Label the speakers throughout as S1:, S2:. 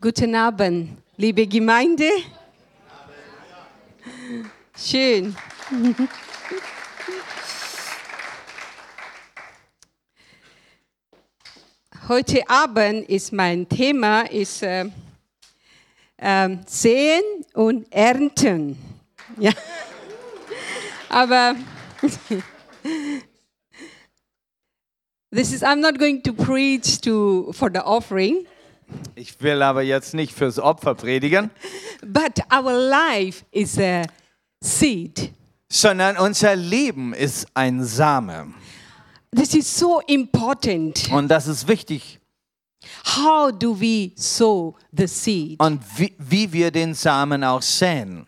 S1: Guten Abend, liebe Gemeinde. Schön. Heute Abend ist mein Thema ist äh, ähm, Sehen und Ernten. Ja. Aber this is I'm not going to preach to for the offering.
S2: Ich will aber jetzt nicht fürs Opfer predigen,
S1: But our life is a seed.
S2: sondern unser Leben ist ein Same.
S1: This is so important.
S2: Und das ist wichtig.
S1: How do we sow the seed?
S2: Und wie, wie wir den Samen auch säen.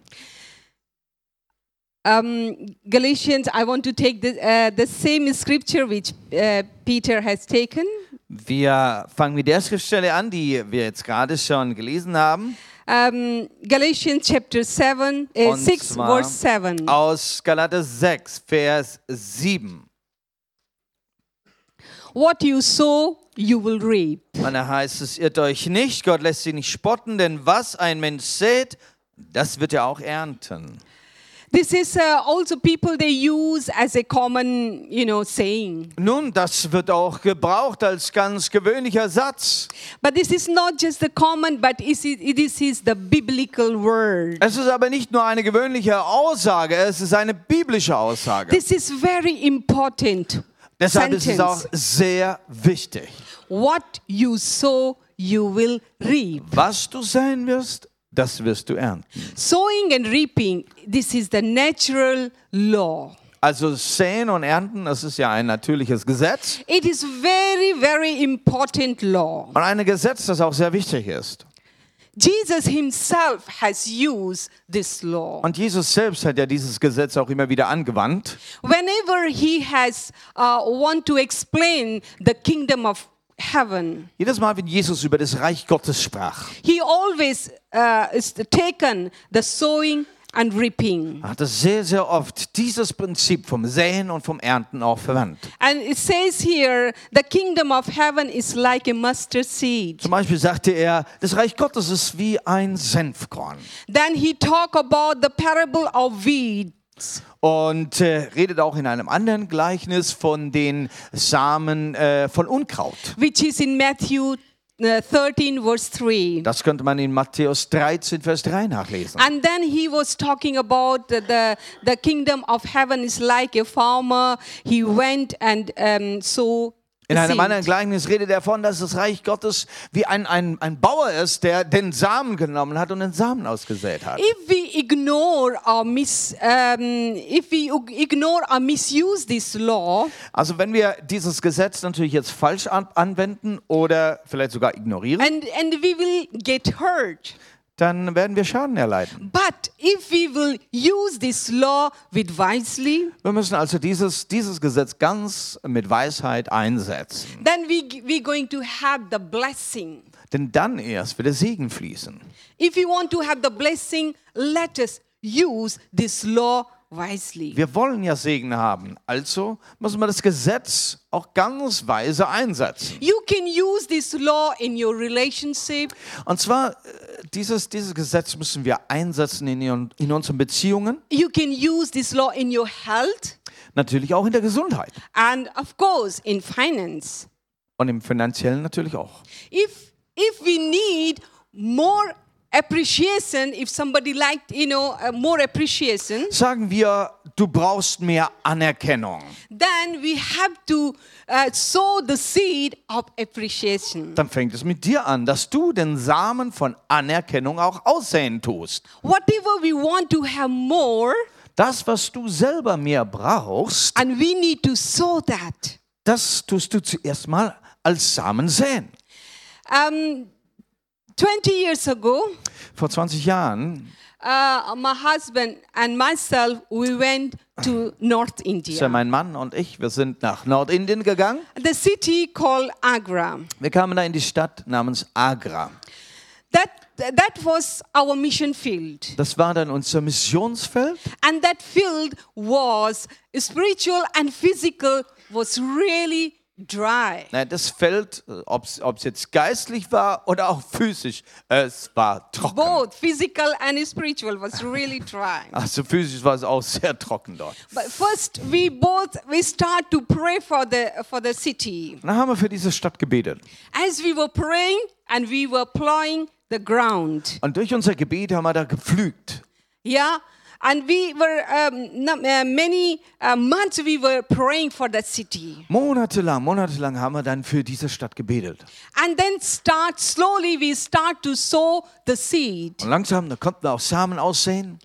S1: Um, Galatians, I want to take the, uh, the same scripture which uh, Peter has taken.
S2: Wir fangen mit der Schriftstelle an, die wir jetzt gerade schon gelesen haben,
S1: Um, Galatians chapter 7, uh,
S2: Und
S1: 6,
S2: zwar-
S1: verse 7.
S2: aus Galater 6, Vers 7.
S1: What you sow, you will reap.
S2: Und da heißt es, irrt euch nicht, Gott lässt sie nicht spotten, denn was ein Mensch sät, das wird er auch ernten.
S1: This is uh, also people they use as a common, you know, saying.
S2: Nun, das wird auch gebraucht als ganz gewöhnlicher Satz.
S1: But this is not just the common, but is it, it is, is the biblical word.
S2: Es ist aber nicht nur eine gewöhnliche Aussage, es ist eine biblische Aussage.
S1: This is very important
S2: Deshalb ist es auch
S1: sentence.
S2: sehr wichtig.
S1: What you sow, you will reap.
S2: Was du sein wirst, das wirst du ernten.
S1: Sowing and reaping, this is the natural law.
S2: Also säen und ernten, das ist ja ein natürliches Gesetz
S1: It is very, very important law.
S2: und ein Gesetz, das auch sehr wichtig ist.
S1: Jesus himself has used this law.
S2: Und Jesus selbst hat ja dieses Gesetz auch immer wieder angewandt.
S1: Whenever he has uh, want to explain the kingdom of heaven,
S2: Jedes Mal, wenn Jesus über das Reich Gottes sprach,
S1: he always uh, is taken the sowing and reaping.
S2: hat er sehr, sehr oft dieses Prinzip vom Säen und vom Ernten auch verwandt.
S1: And it says here, the kingdom of heaven is like a mustard seed.
S2: Zum Beispiel sagte er, das Reich Gottes ist wie ein Senfkorn.
S1: Then he talk about the parable of weeds.
S2: und äh, redet auch in einem anderen Gleichnis von den Samen äh, von Unkraut.
S1: which is in Matthew uh, 13, verse 3.
S2: Das könnte man in Matthäus 13, Vers 3 nachlesen.
S1: And then he was talking about the, the, the kingdom of heaven is like a farmer. He went and um, so.
S2: In einem anderen Gleichnis redet er davon, dass das Reich Gottes wie ein, ein, ein Bauer ist, der den Samen genommen hat und den Samen ausgesät hat.
S1: If we ignore or mis, um, if we ig- ignore or misuse this law,
S2: Also wenn wir dieses Gesetz natürlich jetzt falsch an, anwenden oder vielleicht sogar ignorieren,
S1: and and we will get hurt.
S2: dann werden wir Schaden erleiden.
S1: But if we will use this law with wisely,
S2: Wir müssen also dieses, dieses Gesetz ganz mit Weisheit einsetzen.
S1: then we g- we going to have the blessing.
S2: Denn dann erst wird der Segen fließen.
S1: If you want to have the blessing, let us use this law wisely.
S2: Wir wollen ja Segen haben, also müssen wir das Gesetz auch ganz weise einsetzen.
S1: You can use this law in your relationship,
S2: Und zwar, äh, dieses, dieses Gesetz müssen wir einsetzen in, ihren, in unseren Beziehungen,
S1: you can use this law in your health,
S2: natürlich auch in der Gesundheit
S1: and of course in finance.
S2: und im Finanziellen natürlich auch.
S1: If if we need more appreciation, if somebody liked, you know, uh, more appreciation,
S2: Sagen wir, du brauchst mehr Anerkennung.
S1: then we have to uh, sow the seed of appreciation.
S2: Dann fängt es mit dir an, dass du den Samen von Anerkennung auch aussehen tust.
S1: Whatever we want to have more,
S2: Das, was du selber mehr brauchst,
S1: and we need to sow that.
S2: das tust du zuerst mal als Samen säen.
S1: Um, 20 years ago,
S2: Vor 20 Jahren
S1: uh, my husband and myself, we went to North
S2: ist ja
S1: India,
S2: mein Mann und ich, wir sind nach Nordindien gegangen.
S1: the city called Agra.
S2: Wir kamen da in die Stadt namens Agra.
S1: That, that was our mission field.
S2: Das war dann unser Missionsfeld
S1: And that field was spiritual and physical, was really dry.
S2: Ne, Das Feld, ob es jetzt geistlich war oder auch physisch, es war trocken.
S1: Both physical and spiritual was really dry.
S2: Also physisch war es auch sehr trocken dort.
S1: But first, we both we start to pray for the for the city.
S2: Dann haben wir für diese Stadt gebetet.
S1: As we were praying and we were plowing the ground,
S2: Und durch unser Gebet haben wir da gepflügt.
S1: yeah, and we were um, no- uh, many uh, months we were praying for the city,
S2: Monatelang, monatelang haben wir dann für diese Stadt gebetet.
S1: and then start slowly we start to sow the seed
S2: Und langsam, da konnten wir auch Samen aussehen.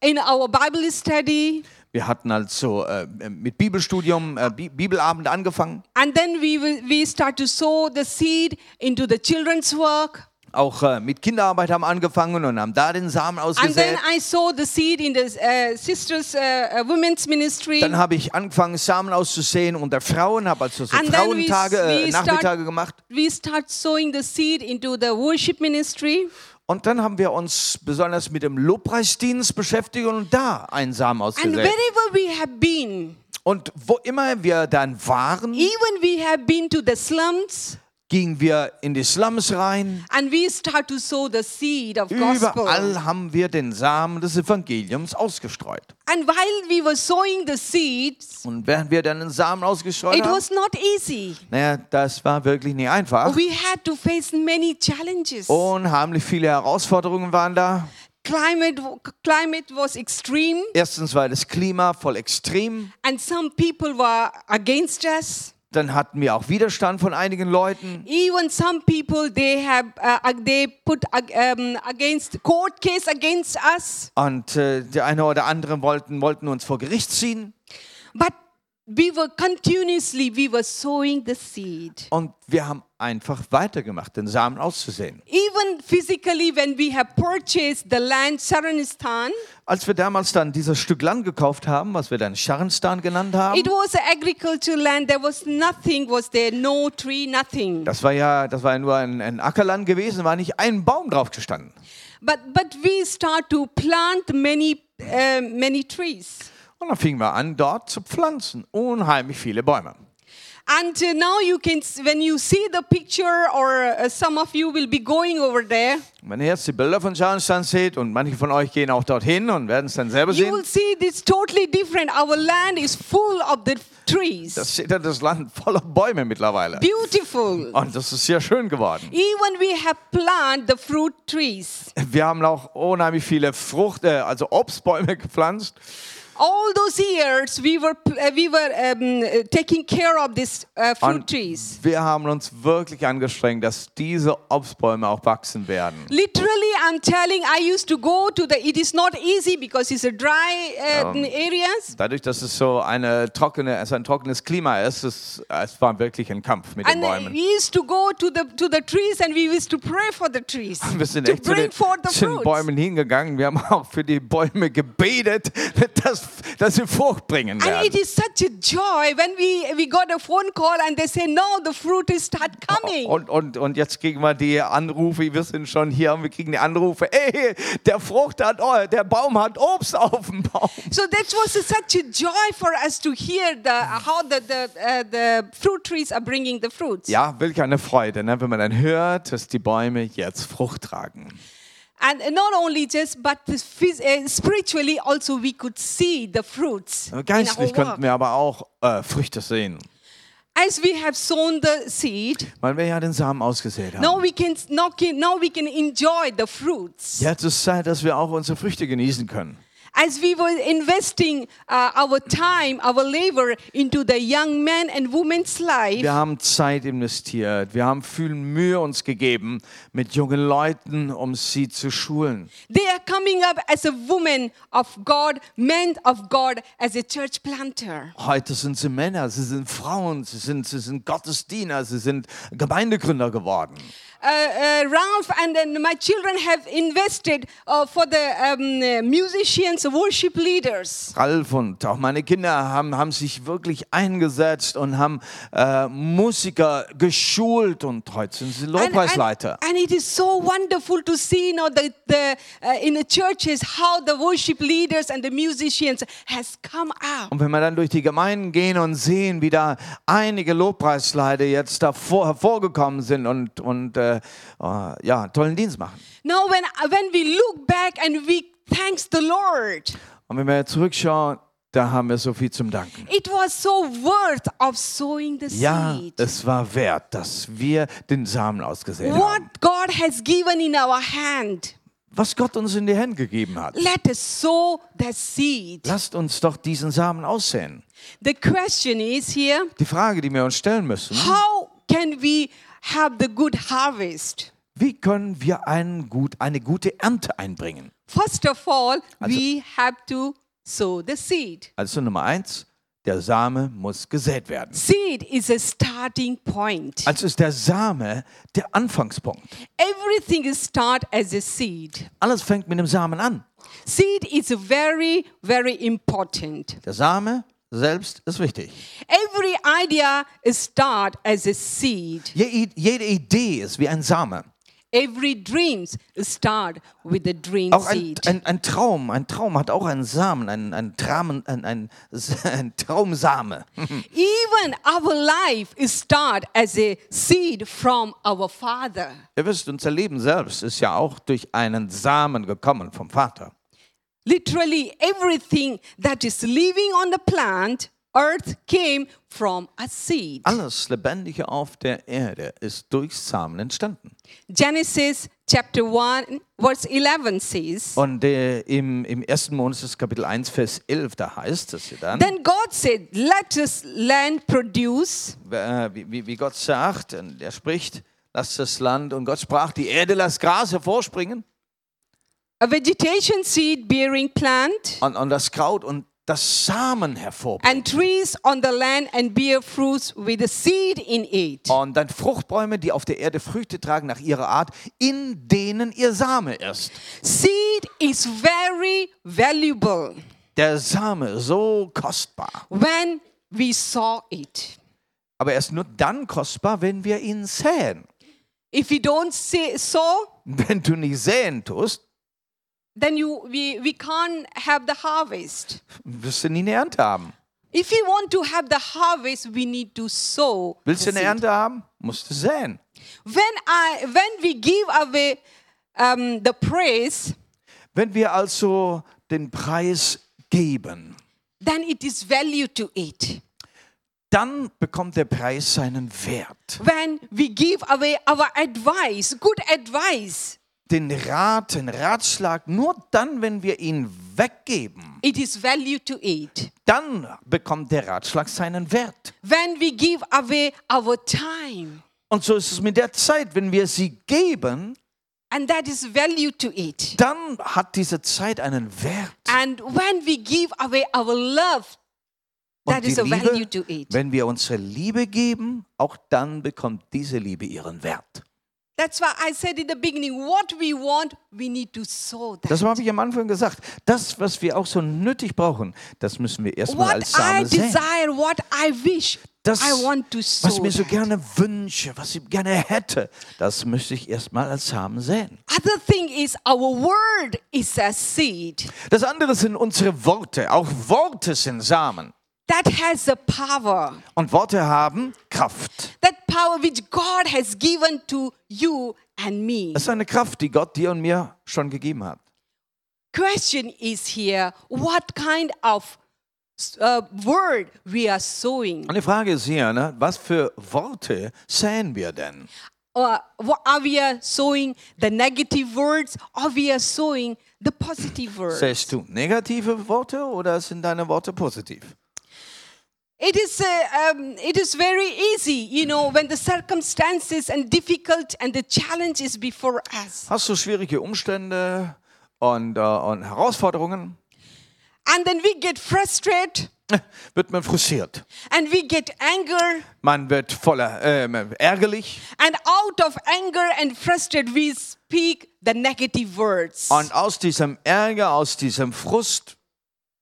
S1: in our Bible study,
S2: Wir hatten also äh, mit Bibelstudium, äh, Bi Bibelabend angefangen.
S1: and then we will- we start to sow the seed into the children's work.
S2: Auch äh, mit Kinderarbeit haben angefangen und haben da den Samen
S1: And then
S2: ausgesät.
S1: I saw the seed in the uh, sisters' uh, uh, women's ministry.
S2: Dann habe ich angefangen, Samen auszusehen unter Frauen, habe also so
S1: And then we-
S2: Frauentage, äh,
S1: we start-
S2: Nachmittage gemacht.
S1: We start sowing the seed into the worship ministry.
S2: Und dann haben wir uns besonders mit dem Lobpreisdienst beschäftigt und da einen Samen
S1: And
S2: ausgesät.
S1: wherever we have been,
S2: Und wo immer wir dann waren,
S1: even we have been to the slums
S2: gingen wir in die Slums rein.
S1: and we start to sow the seed of gospel.
S2: Überall haben wir den Samen des Evangeliums ausgestreut.
S1: And while we were sowing the seeds,
S2: Und während wir dann den Samen ausgestreut
S1: it
S2: haben,
S1: was Oh, not easy.
S2: naja, das war wirklich nicht einfach.
S1: We had to face many challenges.
S2: Oh. Unheimlich viele Herausforderungen waren da.
S1: Climate, climate was extreme,
S2: Erstens war das Klima voll extrem.
S1: and some people were against us.
S2: Dann hatten wir auch Widerstand von einigen Leuten.
S1: even some people they have uh, uh, they put uh, um, against court case against us
S2: Und äh, der eine oder andere wollten, wollten uns vor Gericht ziehen.
S1: but we were continuously we were sowing the seed
S2: Und wir haben einfach weitergemacht, den Samen auszusehen.
S1: even physically when we have purchased the land Sharanistan
S2: Als wir damals dann dieses Stück Land gekauft haben, was wir dann Scharnstan genannt haben,
S1: it was agricultural land there was nothing was there no tree nothing
S2: das war ja, das war ja nur ein, ein Ackerland gewesen, war nicht ein Baum drauf gestanden.
S1: but but we start to plant many uh, many trees
S2: Und dann fingen wir an, dort zu pflanzen. Unheimlich viele Bäume.
S1: and uh, now you can s- when you see the picture or uh, some of you will be going over there
S2: Und wenn ihr jetzt die Bilder von Scharnstan seht und manche von euch gehen auch dorthin und werden es dann selber
S1: You will
S2: sehen,
S1: see this totally different. Our land is full of the
S2: das
S1: trees.
S2: steht ja das Land voller Bäume mittlerweile.
S1: Beautiful.
S2: Und das ist sehr schön geworden.
S1: Even we have planted the fruit trees.
S2: Wir haben auch unheimlich viele Frucht, äh, also Obstbäume gepflanzt.
S1: All those years we were pl- uh, we were um, uh, taking care of these uh, fruit
S2: Und
S1: trees.
S2: wir haben uns wirklich angestrengt, dass diese Obstbäume auch wachsen werden.
S1: Literally, I'm telling. I used to go to the. It is not easy because it's a dry uh, areas.
S2: Dadurch, dass es so eine trockene, also ein trockenes Klima ist, es, es war wirklich ein Kampf mit den
S1: And
S2: Bäumen.
S1: we used to go to the to the trees and we used to pray for the trees
S2: Wir sind
S1: to
S2: echt zu
S1: bring
S2: den,
S1: forth the
S2: zu den
S1: fruits.
S2: Bäumen hingegangen. Wir haben auch für die Bäume gebetet, dass, dass sie Frucht bringen
S1: And it
S2: werden.
S1: is such a joy when we, we got a phone call and they say, no, the fruit is start coming.
S2: Und, und, und jetzt kriegen wir die Anrufe, wir sind schon hier und wir kriegen die Anrufe, ey, der Frucht hat, oh, der Baum hat Obst auf dem Baum.
S1: So that was a- such a joy for us to hear the, how the, the, uh, the fruit trees are bringing the fruits.
S2: Ja, wirklich eine Freude, ne, wenn man dann hört, dass die Bäume jetzt Frucht tragen.
S1: And not only just, but the phys- uh, spiritually also we could see the fruits
S2: Uh,
S1: in our
S2: Geistlich
S1: work.
S2: könnten wir aber auch äh, Früchte sehen,
S1: As we have sown the seed,
S2: weil wir ja den Samen ausgesät haben.
S1: now we can now, can now we can enjoy the fruits.
S2: Jetzt ist Zeit, dass wir auch unsere Früchte genießen können.
S1: As we were investing uh, our time, our labor into the young men and women's life,
S2: Wir haben Zeit investiert, wir haben viel Mühe uns gegeben mit jungen Leuten, um sie zu schulen.
S1: they are coming up as a woman of God, men of God, as a church planter.
S2: Heute sind sie Männer, sie sind Frauen, sie sind, sie sind Gottesdiener, sie sind Gemeindegründer geworden.
S1: Uh, uh, Ralph and then my children have invested uh, for the um, uh, musicians as worship leaders.
S2: Ralf und auch meine Kinder haben, haben sich wirklich eingesetzt und haben äh, Musiker geschult und heute sind sie
S1: And, and,
S2: Lobpreisleiter.
S1: and it is so wonderful to see you know, the, the, uh, in the churches how the worship leaders and the musicians has come up.
S2: Und wenn wir dann durch die Gemeinden gehen und sehen, wie da einige Lobpreisleiter jetzt davor hervorgekommen sind und, und äh, äh, ja, tollen Dienst machen.
S1: Now, when, when we look back and we thanks the Lord,
S2: Und wenn wir zurückschauen, da haben wir so viel zum Danken.
S1: it was so worth of sowing the
S2: Ja,
S1: seed.
S2: es war wert, dass wir den Samen ausgesät haben.
S1: What God has given in our hand,
S2: Was Gott uns in die Hände gegeben hat.
S1: let us sow that seed.
S2: Lasst uns doch diesen Samen aussehen.
S1: The question is here
S2: Die Frage, die wir uns stellen müssen,
S1: how can we have the good harvest?
S2: wie können wir einen gut, eine gute Ernte einbringen?
S1: First of all, we have to sow the seed.
S2: Also Nummer eins, der Same muss gesät werden.
S1: Seed is a starting point.
S2: Also ist der Same der Anfangspunkt.
S1: Everything is start as a seed.
S2: Alles fängt mit dem Samen an.
S1: Seed is very, very important.
S2: Der Same selbst ist wichtig.
S1: Every idea is start as a seed.
S2: Je, jede Idee ist wie ein Same.
S1: Every dreams start with the dream
S2: Auch ein,
S1: seed.
S2: ein, ein Traum, ein Traum hat auch einen Samen, einen, einen, Tramen, ein, ein, ein Traumsame.
S1: Even our life is start as a seed from our Father.
S2: Ihr wisst, unser Leben selbst ist ja auch durch einen Samen gekommen vom Vater.
S1: Literally everything that is living on the plant earth came from a seed.
S2: Alles Lebendige auf der Erde ist durch Samen entstanden.
S1: Genesis chapter 1 verse 11 says,
S2: Und äh, im, im 1. Moses Kapitel 1, Vers 11, da heißt es ja dann,
S1: Then God said, Let us land produce.
S2: äh, wie, wie- wie Gott sagt, und er spricht, lasst das Land, und Gott sprach, die Erde lasst Gras hervorspringen
S1: A vegetation seed bearing plant
S2: und, und das Kraut und das Samen hervorbringen.
S1: and trees on the land and bear fruits with a seed in it.
S2: Und dann Fruchtbäume, die auf der Erde Früchte tragen nach ihrer Art, in denen ihr Same ist.
S1: Seed is very valuable
S2: Der Same, so kostbar.
S1: when we sow it.
S2: Aber er ist nur dann kostbar, wenn wir ihn säen.
S1: If we don't say, sow,
S2: Wenn du nicht säen tust,
S1: then you, we, we can't have the harvest.
S2: wirst du nie eine Ernte haben.
S1: If we want to have the harvest, we need to sow. the
S2: Willst du eine
S1: seed.
S2: Ernte haben, musst du säen.
S1: When, I, when we give away um, the praise,
S2: Wenn wir also den Preis geben,
S1: then it is value to it.
S2: dann bekommt der Preis seinen Wert.
S1: When we give away our advice, good advice,
S2: Den Rat, den Ratschlag, nur dann, wenn wir ihn weggeben,
S1: it is value to it.
S2: dann bekommt der Ratschlag seinen Wert.
S1: When we give away our time,
S2: Und so ist es mit der Zeit. Wenn wir sie geben,
S1: and that is value to it.
S2: dann hat diese Zeit einen Wert.
S1: And when we give away our love,
S2: Und
S1: that
S2: die
S1: is a value to
S2: Liebe,
S1: it.
S2: wenn wir unsere Liebe geben, auch dann bekommt diese Liebe ihren Wert.
S1: That's why I said in the beginning, what we want, we need to sow that.
S2: Das habe ich am Anfang gesagt. Das, was wir auch so nötig brauchen, das müssen wir erstmal
S1: What
S2: als
S1: I
S2: Same sehen.
S1: desire, what I wish,
S2: Das,
S1: I want to sow.
S2: was ich mir so
S1: that.
S2: gerne wünsche, was ich gerne hätte, das müsste ich erstmal als Samen sehen.
S1: Other thing is our word is a seed
S2: Das andere sind unsere Worte. Auch Worte sind Samen.
S1: that has a power.
S2: Und Worte haben Kraft.
S1: That power which God has given to you and me.
S2: Das ist eine Kraft, die Gott dir und mir schon gegeben hat.
S1: Question is here, what kind of uh, word we are sowing?
S2: Und die Frage ist hier, ne, was für Worte säen wir denn?
S1: Or what, are we uh, sowing the negative words or we are sowing the positive words?
S2: Säst du negative Worte oder sind deine Worte positiv?
S1: It is, uh, um, it is very easy, you know, when the circumstances and difficult and the challenge is before us.
S2: Hast du schwierige Umstände und, äh, und Herausforderungen?
S1: And then we get frustrated
S2: wird man frustriert.
S1: and we get anger
S2: Man wird voller äh, ärgerlich
S1: and out of anger and frustrated we speak the negative words
S2: und aus diesem Ärger, aus diesem Frust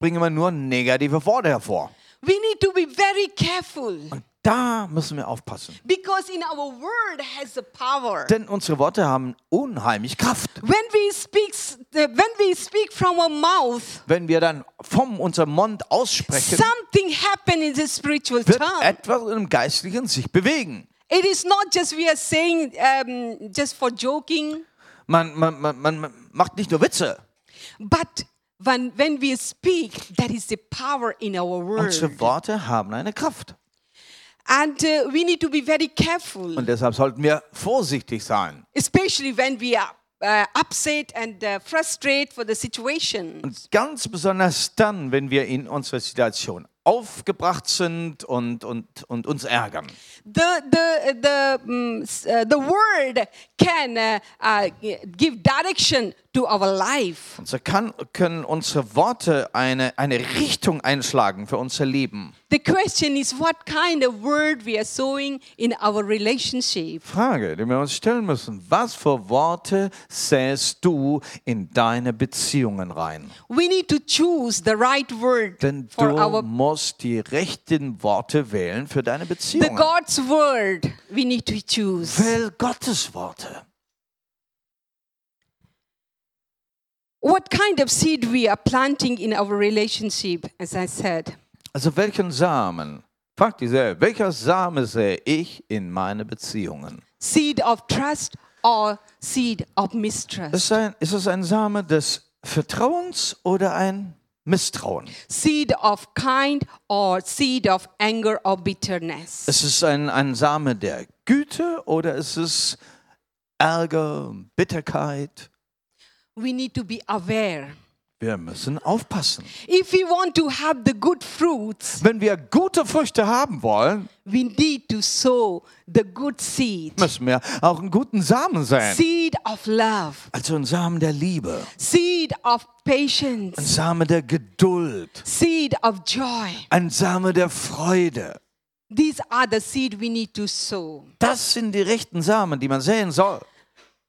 S2: bringen wir nur negative Worte hervor.
S1: we need to be very careful
S2: Und da müssen wir aufpassen,
S1: because in our word has a power
S2: denn unsere Worte haben unheimlich Kraft.
S1: when we speak when we speak from our mouth
S2: Wenn wir dann vom unserem Mund aussprechen,
S1: something happen in the spiritual
S2: wird
S1: term
S2: etwas im Geistlichen sich bewegen.
S1: it is not just we are saying um, just for joking
S2: Man, man, man, man macht nicht nur Witze.
S1: but when, when we speak there is the power in our word
S2: Unsere Worte haben eine Kraft.
S1: and uh, we need to be very careful
S2: Und deshalb sollten wir vorsichtig sein.
S1: especially when we are uh, upset and uh, frustrated for the situation.
S2: Und ganz besonders dann, wenn wir in unserer Situation aufgebracht sind und, und, und uns ärgern.
S1: The the the mm, s- uh, the word can uh, uh, g- give direction to our life.
S2: Und so Also kann, können unsere Worte eine, eine Richtung einschlagen für unser Leben.
S1: The question is what kind of word we are sowing in our relationship.
S2: Frage, die wir uns stellen müssen. Was für Worte säst du in deine Beziehungen rein?
S1: We need to choose the right word
S2: Denn
S1: for
S2: du
S1: our
S2: musst die rechten Worte wählen für deine
S1: the
S2: Beziehungen.
S1: God's word. We need to choose.
S2: Wähl Gottes Worte.
S1: What kind of seed we are planting in our relationship as I said.
S2: Also welchen Samen? Frag dich selber, welcher Same sähe ich in meine Beziehungen?
S1: seed of trust or seed of mistrust
S2: Ist, ein, ist es ein Same des Vertrauens oder ein Misstrauen?
S1: seed of kind or seed of anger or bitterness
S2: Ist es ein, ein Same der Güte oder ist es Ärger, Bitterkeit?
S1: we need to be aware
S2: Wir müssen aufpassen.
S1: if we want to have the good fruits
S2: Wenn wir gute Früchte haben wollen,
S1: we need to sow the good seed
S2: müssen wir auch einen guten Samen sein.
S1: seed of love
S2: Also ein Samen der Liebe,
S1: seed of
S2: ein
S1: patience
S2: Same der Geduld,
S1: seed of joy
S2: ein Same der Freude.
S1: these are the seed we need to sow
S2: Das sind die rechten Samen, die man säen soll.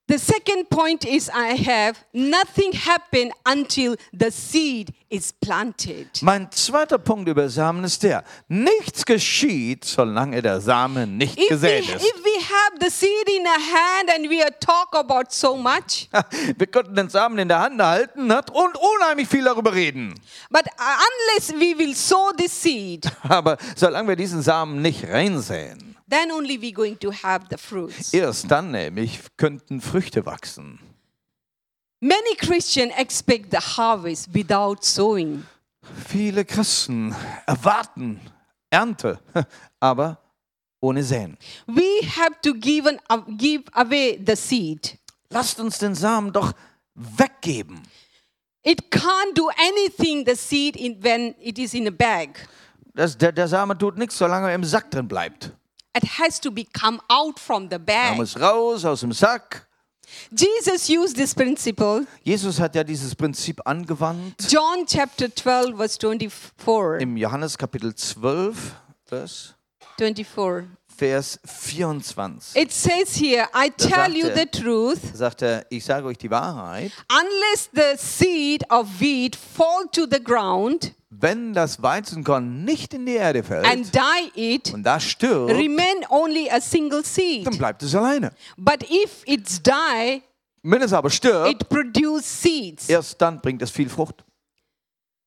S1: the second point is i have nothing happen until the seed is planted
S2: Mein zweiter Punkt über Samen ist der, nichts geschieht, solange der Same nicht
S1: If we,
S2: gesät ist.
S1: if we have the seed in our hand and we are talk about so much,
S2: Wir könnten den Samen in der Hand halten ne, und unheimlich viel darüber reden.
S1: but uh, unless we will sow this seed,
S2: Aber solange wir diesen Samen nicht reinsäen,
S1: then only we're going to have the fruits.
S2: erst dann nämlich könnten Früchte wachsen.
S1: Many Christians expect the harvest without sowing.
S2: Viele Christen erwarten Ernte, aber ohne Säen.
S1: We have to give, an, uh, give away the seed.
S2: Lasst uns den Samen doch weggeben.
S1: It can't do anything, the seed, in, when it is in a bag.
S2: Das, der, der Same tut nichts, solange er im Sack drin bleibt.
S1: It has to be come out from the
S2: Er
S1: bag.
S2: muss raus aus dem Sack.
S1: Jesus used this principle.
S2: Jesus hat ja dieses Prinzip angewandt
S1: John chapter 12, verse 24.
S2: im Johannes Kapitel 12, Vers,
S1: 24.
S2: Vers 24.
S1: It says here, I tell you
S2: sagte
S1: the
S2: er.
S1: truth,
S2: Da sagt er, ich sage euch die Wahrheit,
S1: unless the seed of wheat fall to the ground
S2: wenn das Weizenkorn nicht in die Erde
S1: and
S2: fällt
S1: die it,
S2: und da stirbt,
S1: remain only a single
S2: dann
S1: seed.
S2: bleibt es alleine.
S1: But if it's die,
S2: Wenn es aber stirbt,
S1: it produces seeds.
S2: erst dann bringt es viel Frucht.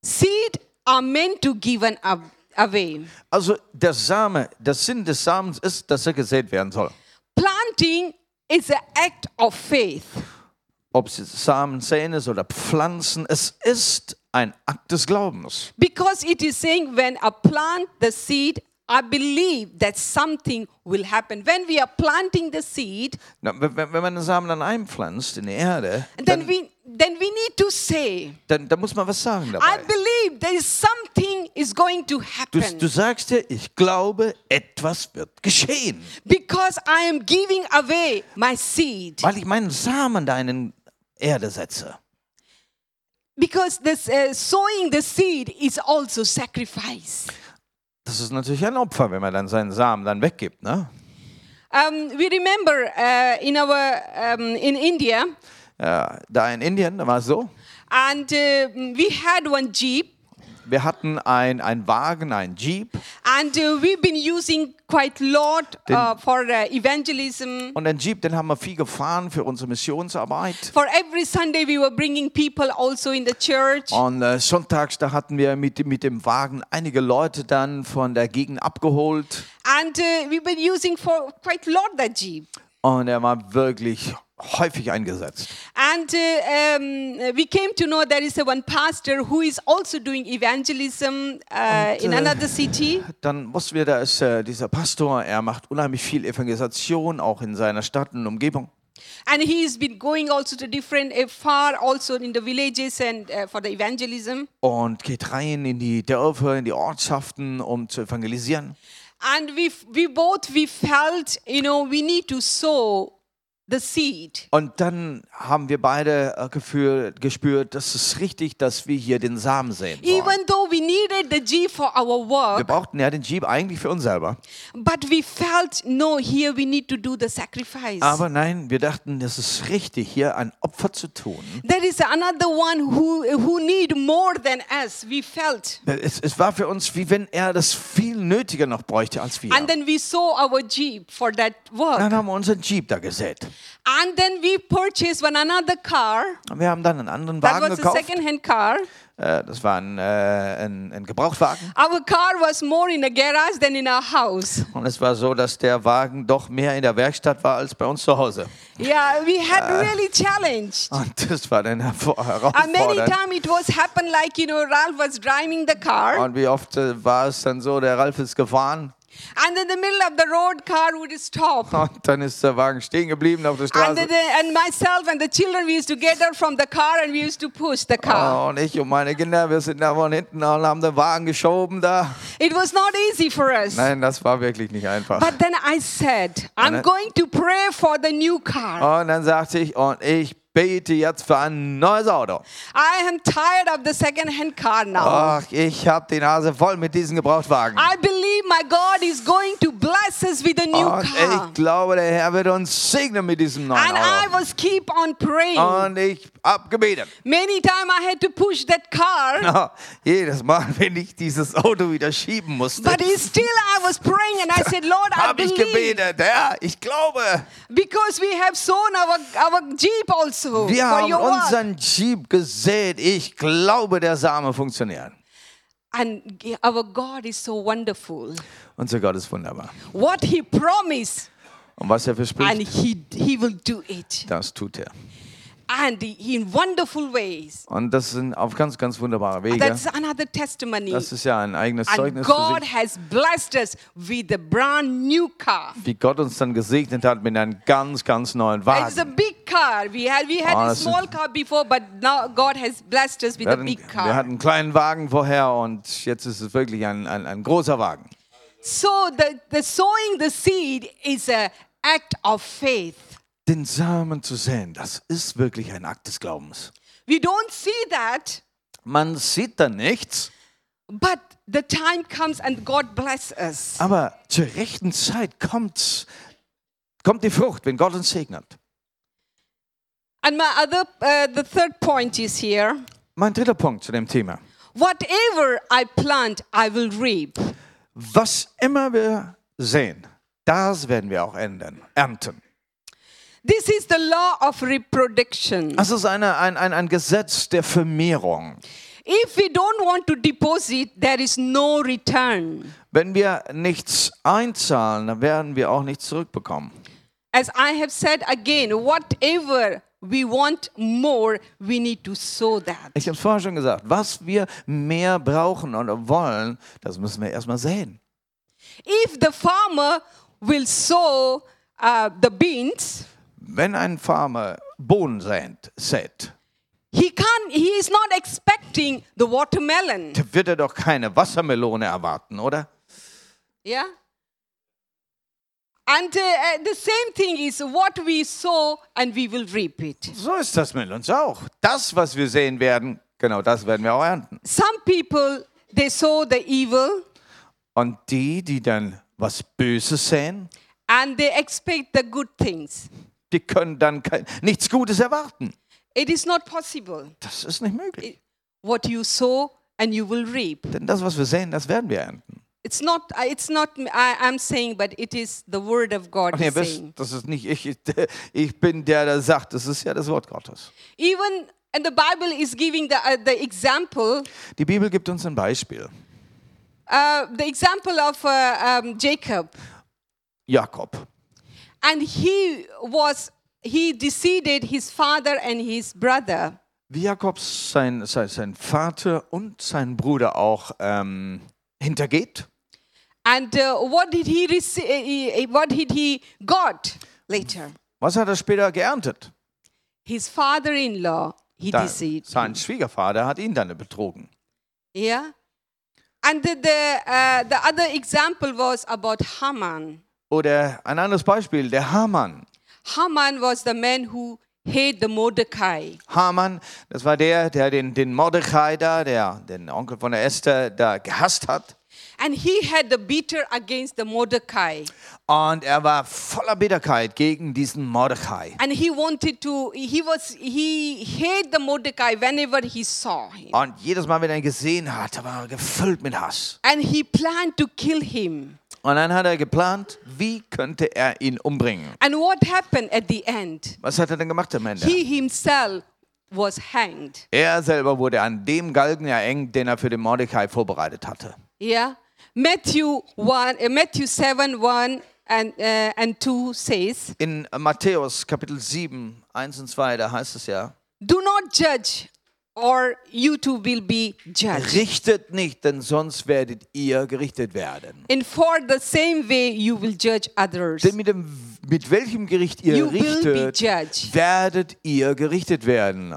S1: Seed are meant to given up, away.
S2: Also der Same, der Sinn des Samens ist, dass er gesät werden soll.
S1: Planting is an act of faith.
S2: Ob es jetzt Samen säen ist oder Pflanzen, es ist ein Akt des Glaubens.
S1: Because it is saying, when I plant the seed, I believe that something will happen. When we are planting the seed,
S2: Na, wenn, wenn wenn man den Samen dann einpflanzt in die Erde,
S1: And then
S2: dann,
S1: we then we need to say,
S2: dann, dann muss man was sagen
S1: I
S2: dabei.
S1: believe there is something is going to
S2: Du,
S1: happen
S2: du sagst dir, ich glaube, etwas wird geschehen,
S1: because I am giving away my seed.
S2: weil ich meinen Samen da in die Erde setze.
S1: Because this uh, sowing the seed is also sacrifice.
S2: Das ist natürlich ein Opfer, wenn man dann seinen Samen dann weggibt. Ne?
S1: Um, we remember uh, in our um, in India,
S2: Ja, da in Indien da war es so,
S1: and uh, we had one jeep,
S2: wir hatten ein, ein Wagen, ein Jeep
S1: and uh, we've been using quite lot uh, for uh, evangelism.
S2: und den Jeep, den haben wir viel gefahren für unsere Missionsarbeit.
S1: For every Sunday, we were bringing people also in the church.
S2: Und äh, sonntags, da hatten wir mit, mit dem Wagen einige Leute dann von der Gegend abgeholt.
S1: And uh, we've been using for quite a lot that jeep.
S2: Und er war wirklich häufig eingesetzt.
S1: And uh, um, we came to know there is a one pastor who is also doing evangelism uh, in
S2: uh,
S1: another city.
S2: Dann wussten wir, da ist äh, dieser Pastor, er macht unheimlich viel Evangelisation, auch in seiner Stadt und Umgebung.
S1: And he's been going also to different, uh, far also in the villages and uh, for the evangelism.
S2: Und geht rein in die Dörfer, in die Ortschaften, um zu evangelisieren.
S1: And we, f- we both, we felt, you know, we need to sow the seed.
S2: Und dann haben wir beide äh, gefühl, gespürt, das ist richtig, dass wir hier den Samen sehen wollen.
S1: Even though we needed the G for our work,
S2: Wir brauchten ja den Jeep eigentlich für uns selber.
S1: But we felt, no, here we need to do the sacrifice.
S2: Aber nein, wir dachten, das ist richtig, hier ein Opfer zu tun.
S1: there is another one who, who need more than us, we felt.
S2: Es, es war für uns, wie wenn er das viel nötiger noch bräuchte als wir.
S1: And then we sold our Jeep for that work.
S2: Dann haben wir unseren Jeep da gesät.
S1: And then we purchased one another car.
S2: Und Wir haben dann einen anderen
S1: That
S2: Wagen
S1: was a
S2: gekauft.
S1: second-hand car.
S2: Äh, das war ein, äh, ein, ein Gebrauchtwagen.
S1: Our car was more in a garage than in our house.
S2: Und es war so, dass der Wagen doch mehr in der Werkstatt war als bei uns zu Hause.
S1: Yeah, we had
S2: Uh,
S1: really challenged.
S2: Und das war dann hervor-
S1: And many
S2: herausfordernd.
S1: time it was happened like, you know, Ralph was driving the car.
S2: Und wie oft äh, war es dann so, der Ralf ist gefahren
S1: And in the middle of the road, car would stop.
S2: und dann ist der Wagen stehen geblieben auf der
S1: And,
S2: Straße.
S1: the, and myself and the children, we used to gather from the car and we used to push the car.
S2: Oh, und ich und meine Kinder, wir sind da von hinten und haben den Wagen geschoben da.
S1: It was not easy for us.
S2: Nein, das war wirklich nicht einfach.
S1: But then I said, I'm
S2: I- Oh.
S1: going to pray for the new car.
S2: Und dann sagte ich, und ich bete jetzt für ein neues
S1: Oh.
S2: Auto.
S1: I am tired of the second-hand car now.
S2: Ach, ich habe die Nase voll mit diesen Gebrauchtwagen.
S1: I believe my God is going to bless us with a new
S2: Und
S1: car.
S2: ich glaube, der Herr wird uns segnen mit diesem neuen
S1: And I
S2: Auto.
S1: was keep on praying.
S2: Und ich hab gebetet.
S1: Many time I had to push that car,
S2: Ja, jedes Mal, wenn ich dieses Auto wieder schieben musste,
S1: but it's still I was praying and I said, Lord, I
S2: habe ich
S1: believe
S2: gebetet. Ja, ich glaube.
S1: because we have sown our, our Jeep also
S2: Wir
S1: for
S2: haben
S1: your work.
S2: unseren Jeep gesät. Ich glaube, der Same funktioniert.
S1: And g- our God is so wonderful.
S2: Unser Gott ist wunderbar.
S1: What He promised,
S2: Und was er
S1: and
S2: verspricht,
S1: He He will do it,
S2: das tut er.
S1: and in wonderful ways.
S2: Und das sind auf ganz, ganz wunderbare Wege.
S1: That's another testimony.
S2: Das ist ja ein eigenes
S1: And
S2: Zeugnis für
S1: God
S2: sich.
S1: has blessed us with a brand new car.
S2: Wie Gott uns dann gesegnet hat mit einem ganz, ganz neuen
S1: It's a
S2: Wagen.
S1: big car. We had we had
S2: Oh,
S1: a
S2: that's a-
S1: small car before, but now God has blessed us with
S2: Wir
S1: a
S2: hatten,
S1: big
S2: wir hatten
S1: car.
S2: einen kleinen Wagen vorher und jetzt ist es wirklich ein, ein, ein großer Wagen.
S1: So the, the sowing the seed is a act of faith.
S2: Den Samen zu säen, das ist wirklich ein Akt des Glaubens.
S1: We don't see that,
S2: Man sieht da nichts,
S1: but the time comes and God bless us.
S2: aber zur rechten Zeit kommt's, kommt die Frucht, wenn Gott uns segnet.
S1: And my other, uh, the third point is here.
S2: Mein dritter Punkt zu dem Thema.
S1: Whatever I plant, I will reap.
S2: Was immer wir sehen, das werden wir auch ändern, ernten.
S1: This is the law of reproduction.
S2: Das ist eine, ein, ein, ein Gesetz der Vermehrung.
S1: If we don't want to deposit, there is no return.
S2: Wenn wir nichts einzahlen, dann werden wir auch nichts zurückbekommen.
S1: As I have said again, whatever we want more, we need to sow that.
S2: Ich habe es vorher schon gesagt, was wir mehr brauchen und wollen, das müssen wir erstmal sehen.
S1: If the farmer will sow uh, the beans,
S2: Wenn ein Farmer Bohnen sät, sät,
S1: he can't. He is not expecting the watermelon.
S2: dann wird er doch keine Wassermelone erwarten, oder?
S1: Yeah. And uh, uh, the same thing is what we sow and we will reap it.
S2: So ist das mit uns auch. Das, was wir sehen werden, Genau, das werden wir auch ernten.
S1: Some people, they sow the evil
S2: Und die, die dann was Böses säen,
S1: and they expect the good things.
S2: die können dann kein, nichts Gutes erwarten.
S1: It is not possible.
S2: Das ist nicht möglich.
S1: What you sow and you will reap.
S2: Denn das, was wir säen, das werden wir ernten.
S1: It's not, I- it's not I, I'm saying, but it is the word of God
S2: Und ihr
S1: is saying.
S2: wisst, das ist nicht ich, ich, ich bin der, der sagt, das ist ja das Wort Gottes.
S1: Even, and the Bible is giving the, uh, the example,
S2: Die Bibel gibt uns ein Beispiel.
S1: uh, the example of uh, um, Jacob.
S2: Jakob.
S1: And he was, he deceived his father and his brother.
S2: Wie Jakob sein, sein, sein Vater und sein Bruder auch ähm, hintergeht.
S1: And uh, what did he receive? eh, What did he got later?
S2: Was hat er später geerntet?
S1: His father-in-law he
S2: Da-
S1: deceived.
S2: sein Schwiegervater hat ihn dann betrogen.
S1: Yeah. And the the, uh, the other example was about Haman.
S2: Oder ein anderes Beispiel, der Hamann.
S1: Haman was the man who hate the Mordecai.
S2: Hamann, das war der, der den, den Mordechai da, der, den Onkel von der Esther, da gehasst hat.
S1: And he had the bitter against the Mordecai.
S2: Und er war voller Bitterkeit gegen diesen Mordechai.
S1: And he wanted to he was he hate the Mordecai whenever he saw him.
S2: Und jedes Mal, wenn er ihn gesehen hat, war er gefüllt mit Hass.
S1: And he planned to kill him.
S2: Und dann hat er geplant, wie könnte er ihn umbringen.
S1: And what happened at the end?
S2: Was hat er denn gemacht am Ende?
S1: He himself was hanged.
S2: Er selber wurde an dem Galgen erengt, den er für den Mordechai vorbereitet hatte.
S1: Yeah. Matthew 1, uh, Matthew 7, 1 and, uh, and 2 says,
S2: In Matthäus Kapitel 7, 1 und 2, da heißt es ja,
S1: Do not judge, or you too will be judged.
S2: richtet nicht, denn sonst werdet ihr gerichtet werden.
S1: And for the same way you will judge others.
S2: Denn mit, dem, mit welchem Gericht ihr
S1: You will be
S2: richtet,
S1: judged.
S2: werdet ihr gerichtet werden.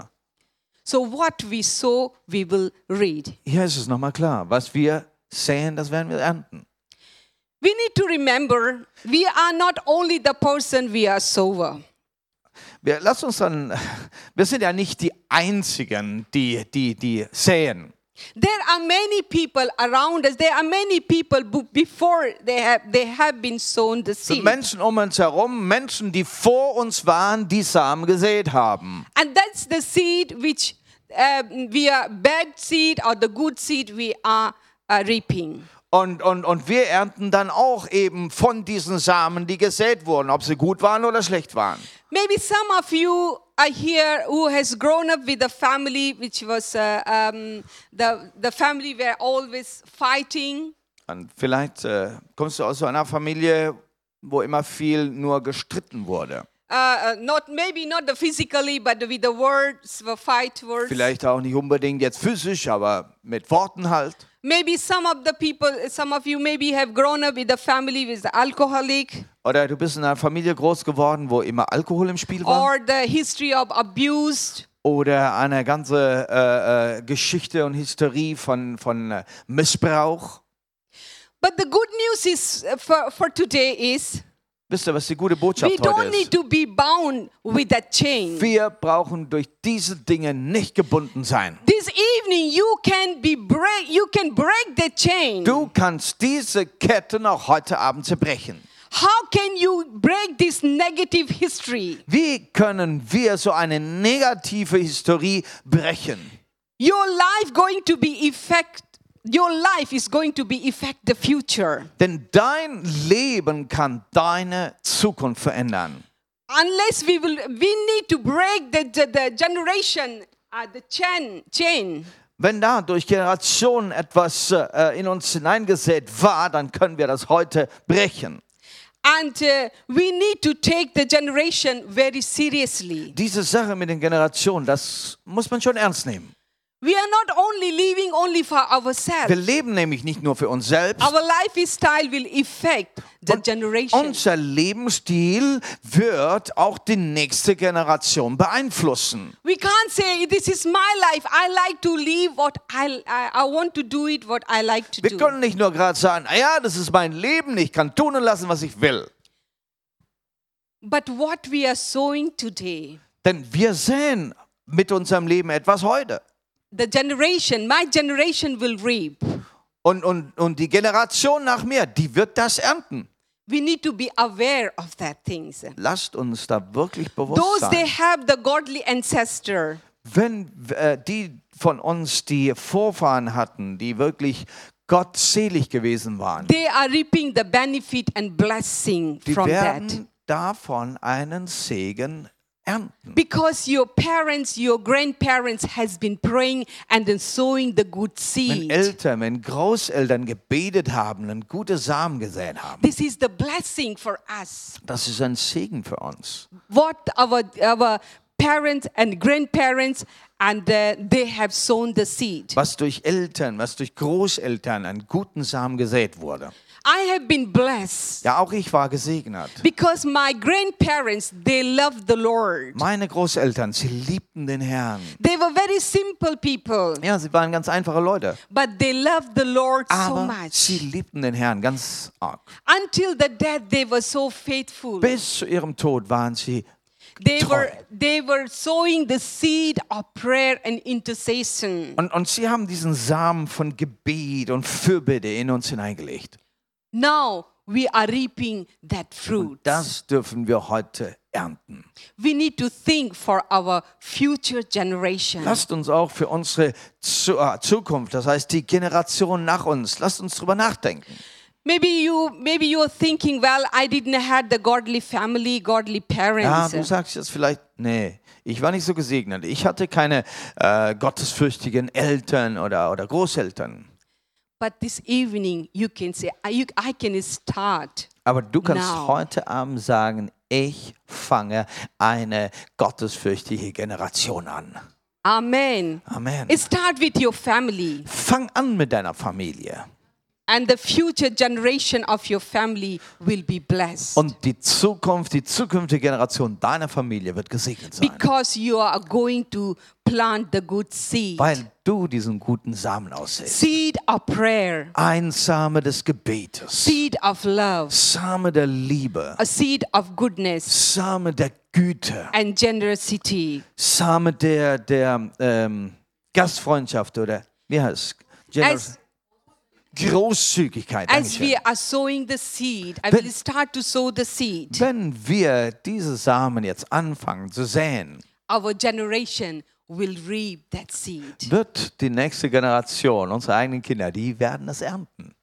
S1: So what we sow, we will read.
S2: Hier ist es nochmal klar, was wir säen, das werden wir ernten.
S1: We need to remember we are not only the person we are sower.
S2: Wir, lasst uns dann, wir sind ja nicht die Einzigen, die, die, die säen.
S1: There are many people around us. There are many people who before they have, they have been sown the
S2: sind
S1: seed.
S2: Menschen um uns herum, Menschen, die vor uns waren, die Samen gesät haben.
S1: And that's the seed which um, we are bad seed or the good seed we are uh, reaping.
S2: Und, und, und wir ernten dann auch eben von diesen Samen, die gesät wurden, ob sie gut waren oder schlecht waren.
S1: Maybe some of you are here who has grown up with a family which was uh, um, the, the family were always fighting
S2: Und vielleicht äh, kommst du aus so einer Familie, wo immer viel nur gestritten wurde.
S1: uh, uh, not maybe not the physically but with the words the fight words
S2: Vielleicht auch nicht unbedingt jetzt physisch, aber mit Worten halt.
S1: maybe some of the people some of you maybe have grown up with a family with the alcoholic
S2: Oder du bist in einer Familie groß geworden, wo immer Alkohol im Spiel war.
S1: or the history of abused
S2: Oder eine ganze äh, äh, Geschichte und Hysterie von, von äh, Missbrauch.
S1: But the good news is uh, for, for today is
S2: Wisst ihr, was die gute Botschaft
S1: we
S2: heute
S1: don't need
S2: ist?
S1: to be bound with that chain.
S2: Wir brauchen durch diese Dinge nicht gebunden sein.
S1: This evening you can be break you can break the chain.
S2: Du kannst diese Kette noch heute Abend zerbrechen.
S1: How can you break this negative history?
S2: Wie können wir so eine negative Historie brechen?
S1: Your life going to be effect your life is going to be affect the future.
S2: Denn dein Leben kann deine Zukunft verändern.
S1: Unless we will we need to break the the, the generation uh, the chain chain.
S2: Wenn da durch Generationen etwas äh, in uns hineingesät war, dann können wir das heute brechen.
S1: And uh, we need to take the generation very seriously.
S2: Diese Sache mit den Generationen, das muss man schon ernst nehmen.
S1: We are not only living only for
S2: Wir
S1: ourselves.
S2: leben nämlich nicht nur für uns selbst,
S1: Our lifestyle will affect the
S2: Und
S1: generation.
S2: Unser Lebensstil wird auch die nächste Generation beeinflussen.
S1: We can't say this is my life. I like to live what I I, I want to do it what I like to do.
S2: Wir können nicht nur gerade sagen, "Ah ja, das ist mein Leben, ich kann tun und lassen, was ich will.
S1: But what we are sowing today,
S2: Denn wir sehen mit unserem Leben etwas heute.
S1: the generation, my generation will reap.
S2: Und, und, und die Generation nach mir, die wird das ernten.
S1: We need to be aware of that things.
S2: Lasst uns da wirklich bewusst
S1: Those they
S2: sein.
S1: have the godly ancestor,
S2: Wenn äh, die von uns, die Vorfahren hatten, die wirklich gottselig gewesen waren,
S1: they are reaping the benefit and blessing
S2: die
S1: from that.
S2: werden davon einen Segen ernten.
S1: Because your parents, your grandparents has been praying and then sowing the good
S2: Wenn
S1: seed.
S2: Eltern, wenn Großeltern gebetet haben und gute Samen gesät haben,
S1: This is the blessing for us.
S2: das ist ein Segen für uns.
S1: What our our parents and grandparents and uh, they have sown the seed.
S2: Was durch Eltern, was durch Großeltern an guten Samen gesät wurde.
S1: I have been blessed
S2: Ja, auch ich war gesegnet.
S1: because my grandparents they loved the Lord.
S2: Meine Großeltern, sie liebten den Herrn.
S1: They were very simple people,
S2: Ja, sie waren ganz einfache Leute.
S1: but they loved the Lord so
S2: Aber sie
S1: much.
S2: liebten den Herrn ganz arg.
S1: Until the death they were so faithful.
S2: Bis zu ihrem Tod waren sie
S1: They
S2: Treu.
S1: were they were sowing the seed of prayer and intercession.
S2: und, und sie haben diesen Samen von Gebet und Fürbitte in uns hineingelegt.
S1: Now we are reaping that fruit.
S2: Das dürfen wir heute ernten.
S1: We need to think for our future generation.
S2: Lasst uns auch für unsere zu äh, Zukunft, das heißt die Generation nach uns, lasst uns drüber nachdenken.
S1: Maybe you maybe you're thinking, well, I didn't have the godly family, godly
S2: Ja,
S1: parents.
S2: du sagst jetzt vielleicht, nee, ich war nicht so gesegnet. Ich hatte keine äh, gottesfürchtigen Eltern oder, oder Großeltern.
S1: But this evening you can say, I, you, I can start.
S2: Aber du kannst
S1: Now.
S2: heute Abend sagen, ich fange eine gottesfürchtige Generation an.
S1: Amen.
S2: Amen.
S1: Start with your family
S2: Fang an mit deiner Familie.
S1: and the future generation of your family will be blessed.
S2: Und die Zukunft, die zukünftige Generation deiner Familie wird gesegnet sein.
S1: Because you are going to plant the good seed.
S2: Weil du diesen guten Samen aussiehst.
S1: Seed of prayer,
S2: Ein Same des Gebetes,
S1: seed of love,
S2: Same der Liebe,
S1: a seed of goodness
S2: Same der Güte,
S1: and generosity.
S2: Same der, der ähm, Gastfreundschaft oder wie heißt es? Gener-
S1: As,
S2: Großzügigkeit.
S1: as
S2: Dankeschön.
S1: we are sowing the seed, I will start to sow the seed.
S2: Wenn wir diese Samen jetzt anfangen zu säen,
S1: Our generation will reap that seed.
S2: wird die nächste Generation, unsere eigenen Kinder, die werden es ernten.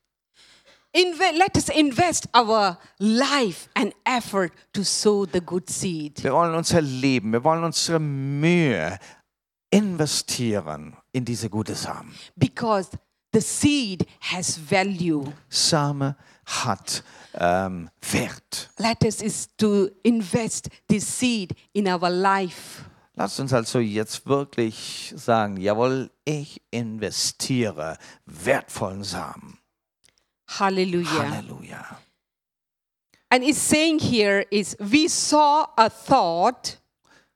S1: Inve- let us invest our life and effort to sow the good seed.
S2: Wir wollen unser Leben, wir wollen unsere Mühe investieren in diese gute Samen.
S1: Because the seed has value.
S2: Same hat ähm, Wert.
S1: Let us is to invest this seed in our life.
S2: Lasst uns also jetzt wirklich sagen, jawohl, ich investiere wertvollen Samen.
S1: Hallelujah.
S2: Halleluja.
S1: And it's saying here is we saw a thought.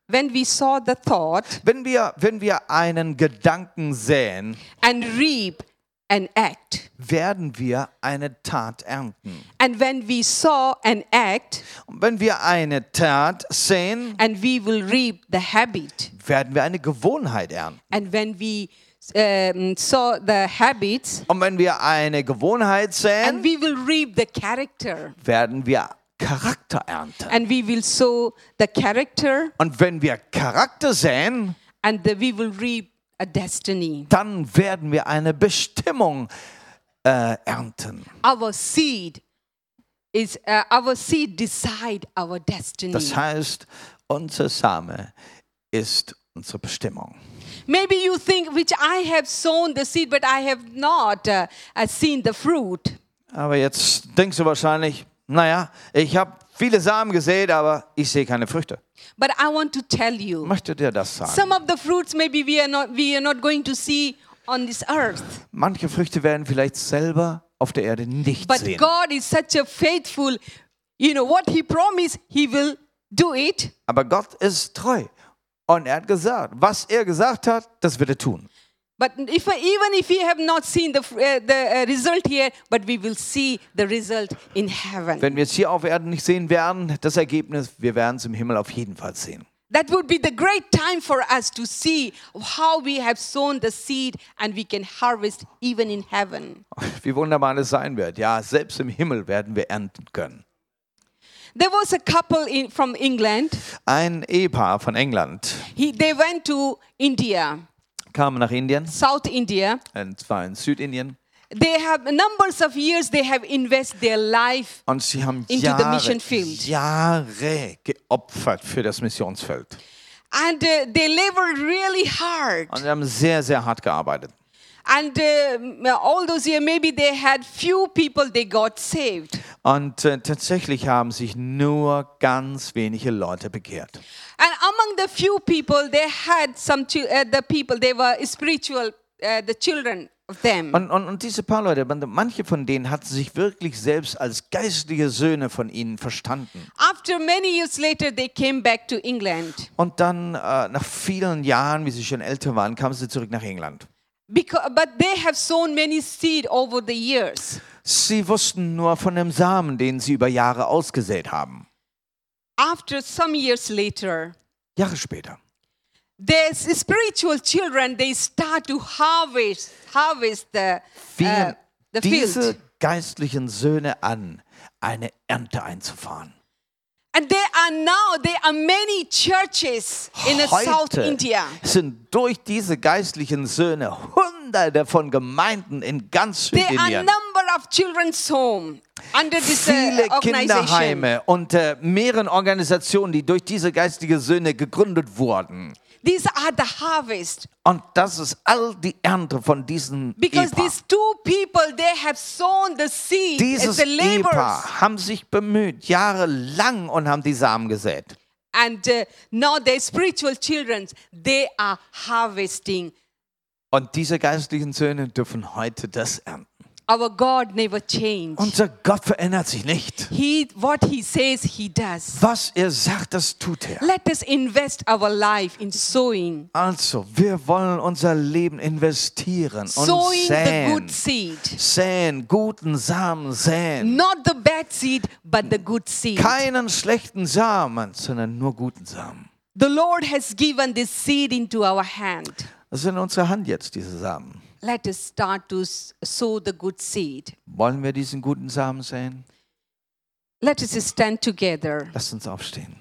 S1: When we saw the thought
S2: Wenn wir, wenn wir einen Gedanken säen,
S1: and reap an act.
S2: werden wir eine Tat ernten.
S1: And when we saw an act
S2: Und wenn wir eine Tat sehen,
S1: and we will reap the habit.
S2: werden wir eine Gewohnheit ernten.
S1: And when we um, saw the habits
S2: Und wenn wir eine Gewohnheit
S1: and
S2: sehen,
S1: we will reap the character.
S2: werden wir Charakter ernten.
S1: And we will sow the character
S2: Und wenn wir Charakter sehen,
S1: and the, we will reap a destiny.
S2: dann werden wir eine Bestimmung äh, ernten.
S1: our seed is uh, our seed decide our destiny
S2: Das heißt, unser Same ist unsere Bestimmung.
S1: maybe you think which i have sown the seed but i have not uh, uh, seen the fruit
S2: Aber jetzt denkst du wahrscheinlich, naja, ich habe viele Samen gesät, aber ich sehe keine Früchte.
S1: but i want to tell you
S2: Möchte dir das sagen?
S1: some of the fruits maybe we are not we are not going to see on this earth
S2: Manche Früchte werden vielleicht selber auf der Erde nicht
S1: but
S2: sehen.
S1: god is such a faithful you know what he promised he will do it
S2: Aber Gott ist treu. Und er hat gesagt, was er gesagt hat, das wird er tun.
S1: but if even if we have not seen the, fr- uh, the uh, result here but we will see the result in heaven
S2: Wenn wir es hier auf Erden nicht sehen werden, das Ergebnis, wir werden es im Himmel auf jeden Fall sehen.
S1: That would be the great time for us to see how we have sown the seed and we can harvest even in heaven.
S2: Wie wunderbar das sein wird. Ja, selbst im Himmel werden wir ernten können.
S1: There was a couple in, from England.
S2: Ein Ehepaar von England
S1: He, they went to India,
S2: kam nach Indien,
S1: South India.
S2: und zwar in Südindien,
S1: They have numbers of years they have invested their life.
S2: und sie haben
S1: Into the
S2: Jahre,
S1: mission field.
S2: Jahre geopfert für das Missionsfeld.
S1: And uh, they labored really hard.
S2: Und sie haben sehr, sehr hart gearbeitet.
S1: And uh, all those years, maybe they had few people they got saved.
S2: Und äh, tatsächlich haben sich nur ganz wenige Leute bekehrt.
S1: And among the few people, they had some chil- uh, the people they were spiritual, uh, the children of them.
S2: Und, und, und diese paar Leute, man- manche von denen hatten sich wirklich selbst als geistliche Söhne von ihnen verstanden.
S1: After many years later, they came back to England
S2: Und dann, äh, nach vielen Jahren, wie sie schon älter waren, kamen sie zurück nach England.
S1: because, but they have sown many seed over the years.
S2: Sie wussten nur von dem Samen, den sie über Jahre ausgesät haben.
S1: After some years later,
S2: Jahre später.
S1: their s- spiritual children they start to harvest harvest the uh,
S2: Fingen
S1: the
S2: diese
S1: field,
S2: geistlichen Söhne an, eine Ernte einzufahren.
S1: and there are now there are many churches in uh, South
S2: Heute
S1: India.
S2: sind durch diese geistlichen Söhne hunderte von Gemeinden in ganz
S1: There are
S2: Südindien.
S1: number of children's home under this uh,
S2: Viele
S1: organization.
S2: Kinderheime und äh, mehreren Organisationen, die durch diese geistige Söhne gegründet wurden.
S1: These are the harvest
S2: Und das ist all die Ernte von diesen
S1: because
S2: Ehepaar.
S1: these two people they have sown the seed as
S2: Dieses
S1: the laborers,
S2: Ehepaar haben sich bemüht, jahrelang und haben die Samen gesät.
S1: and uh, now their spiritual children they are harvesting.
S2: Und diese geistlichen Söhne dürfen heute das ernten.
S1: Our God never changed.
S2: Unser Gott verändert sich nicht.
S1: He what he says he does.
S2: Was er sagt, das tut er.
S1: Let us invest our life in sowing,
S2: Also, wir wollen unser Leben investieren und
S1: sowing the
S2: säen.
S1: good seed,
S2: Säen, guten Samen säen.
S1: not the bad seed, but the good seed.
S2: Keinen schlechten Samen, sondern nur guten Samen.
S1: The Lord has given this seed into our hand.
S2: Das sind in unserer Hand jetzt, diese Samen.
S1: Let us start to s- sow the good seed.
S2: Wollen wir diesen guten Samen säen?
S1: Let us stand together.
S2: Lasst uns aufstehen.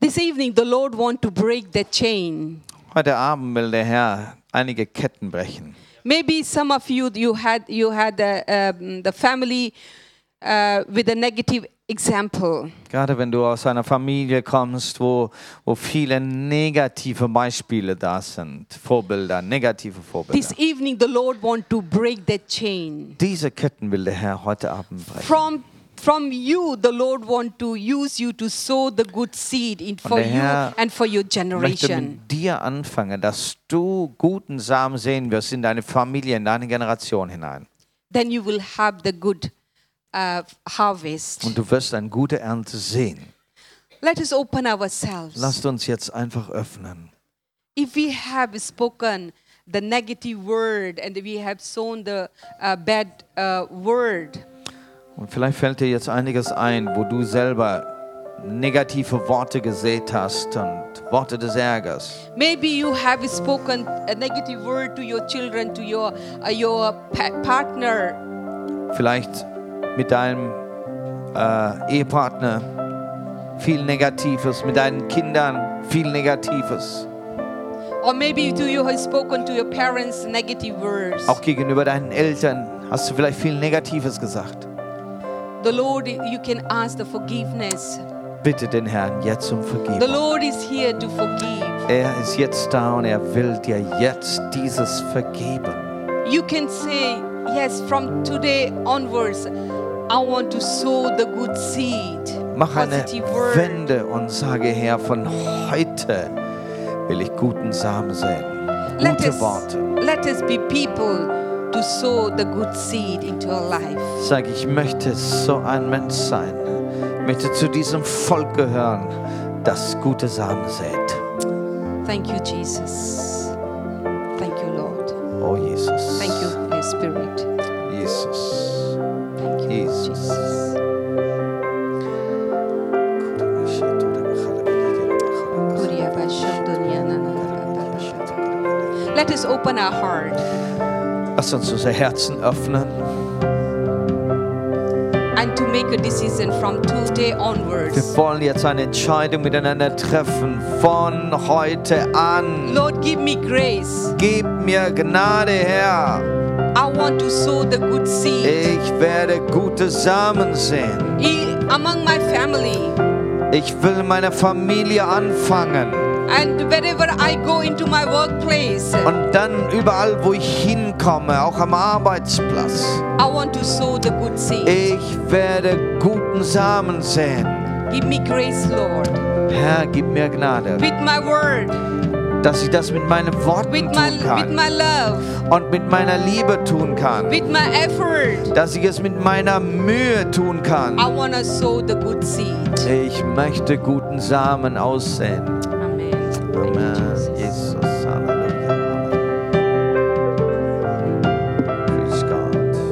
S1: This evening, the Lord wants to break the chain.
S2: Heute Abend will der Herr einige Ketten brechen.
S1: Maybe some of you you had you had uh, um, the family uh, with a negative example.
S2: Gerade wenn du aus einer Familie kommst, wo, wo viele negative Beispiele da sind, Vorbilder, negative Vorbilder.
S1: This evening, the Lord wants to break the chain.
S2: Diese Ketten will der Herr heute Abend brechen.
S1: From from you, the Lord wants to use you to sow the good seed in, for
S2: der
S1: you
S2: Herr
S1: and for your
S2: Ich möchte
S1: generation.
S2: mit dir anfangen, dass du guten Samen sehen wirst in deine Familie, in deine Generation hinein.
S1: Then you will have the good uh, harvest.
S2: Und du wirst eine gute Ernte sehen.
S1: Let us open ourselves.
S2: Lasst uns jetzt einfach öffnen.
S1: if we have spoken the negative word and we have sown the uh, bad uh, word,
S2: Und vielleicht fällt dir jetzt einiges ein, wo du selber negative Worte gesät hast und Worte des Ärgers.
S1: maybe you have spoken a negative word to your children, to your uh, your pa- partner,
S2: Vielleicht mit deinem äh, Ehepartner viel Negatives, mit deinen Kindern viel Negatives,
S1: or maybe to you have spoken to your parents negative words.
S2: auch gegenüber deinen Eltern hast du vielleicht viel Negatives gesagt.
S1: The Lord, you can ask the forgiveness.
S2: Bitte den Herrn jetzt um
S1: The
S2: Vergebung.
S1: Lord is here to forgive.
S2: Er ist jetzt da und er will dir jetzt dieses vergeben.
S1: You can say yes from today onwards. I want to sow the good seed.
S2: Mach eine
S1: Positive word.
S2: Wende und sage, Herr, von heute will ich guten Samen säen.
S1: Let
S2: Gute
S1: us,
S2: Worte.
S1: let us be people to sow the good seed into our life.
S2: Sag, ich möchte so ein Mensch sein. Ich möchte zu diesem Volk gehören, das gute Samen sät.
S1: Thank you, Jesus. Thank you, Lord.
S2: Oh Jesus.
S1: Thank you, Holy Spirit.
S2: Jesus.
S1: Let us open our heart
S2: Lass uns unsere Herzen öffnen.
S1: and to make a decision from today onwards.
S2: Wir wollen jetzt eine Entscheidung miteinander treffen. Von heute an.
S1: Lord, give me grace.
S2: Gib mir Gnade, Herr.
S1: I want to sow the good seed
S2: Ich werde gute Samen sehen.
S1: i- among my family.
S2: Ich will in meiner Familie anfangen.
S1: And wherever I go into my workplace,
S2: Und dann überall, wo ich hinkomme, auch am Arbeitsplatz.
S1: I want to sow the good seed.
S2: Ich werde guten Samen säen.
S1: Give me grace, Lord,
S2: Herr, gib mir Gnade,
S1: with my word,
S2: dass ich das mit meinen Worten
S1: with
S2: tun
S1: my with
S2: kann
S1: my love,
S2: und mit meiner Liebe tun kann.
S1: with my effort.
S2: dass ich es mit meiner Mühe tun
S1: I
S2: kann.
S1: want to sow the good seed.
S2: Ich möchte guten Samen aussehen.
S1: Amen. Thank you,
S2: Amen.
S1: Jesus.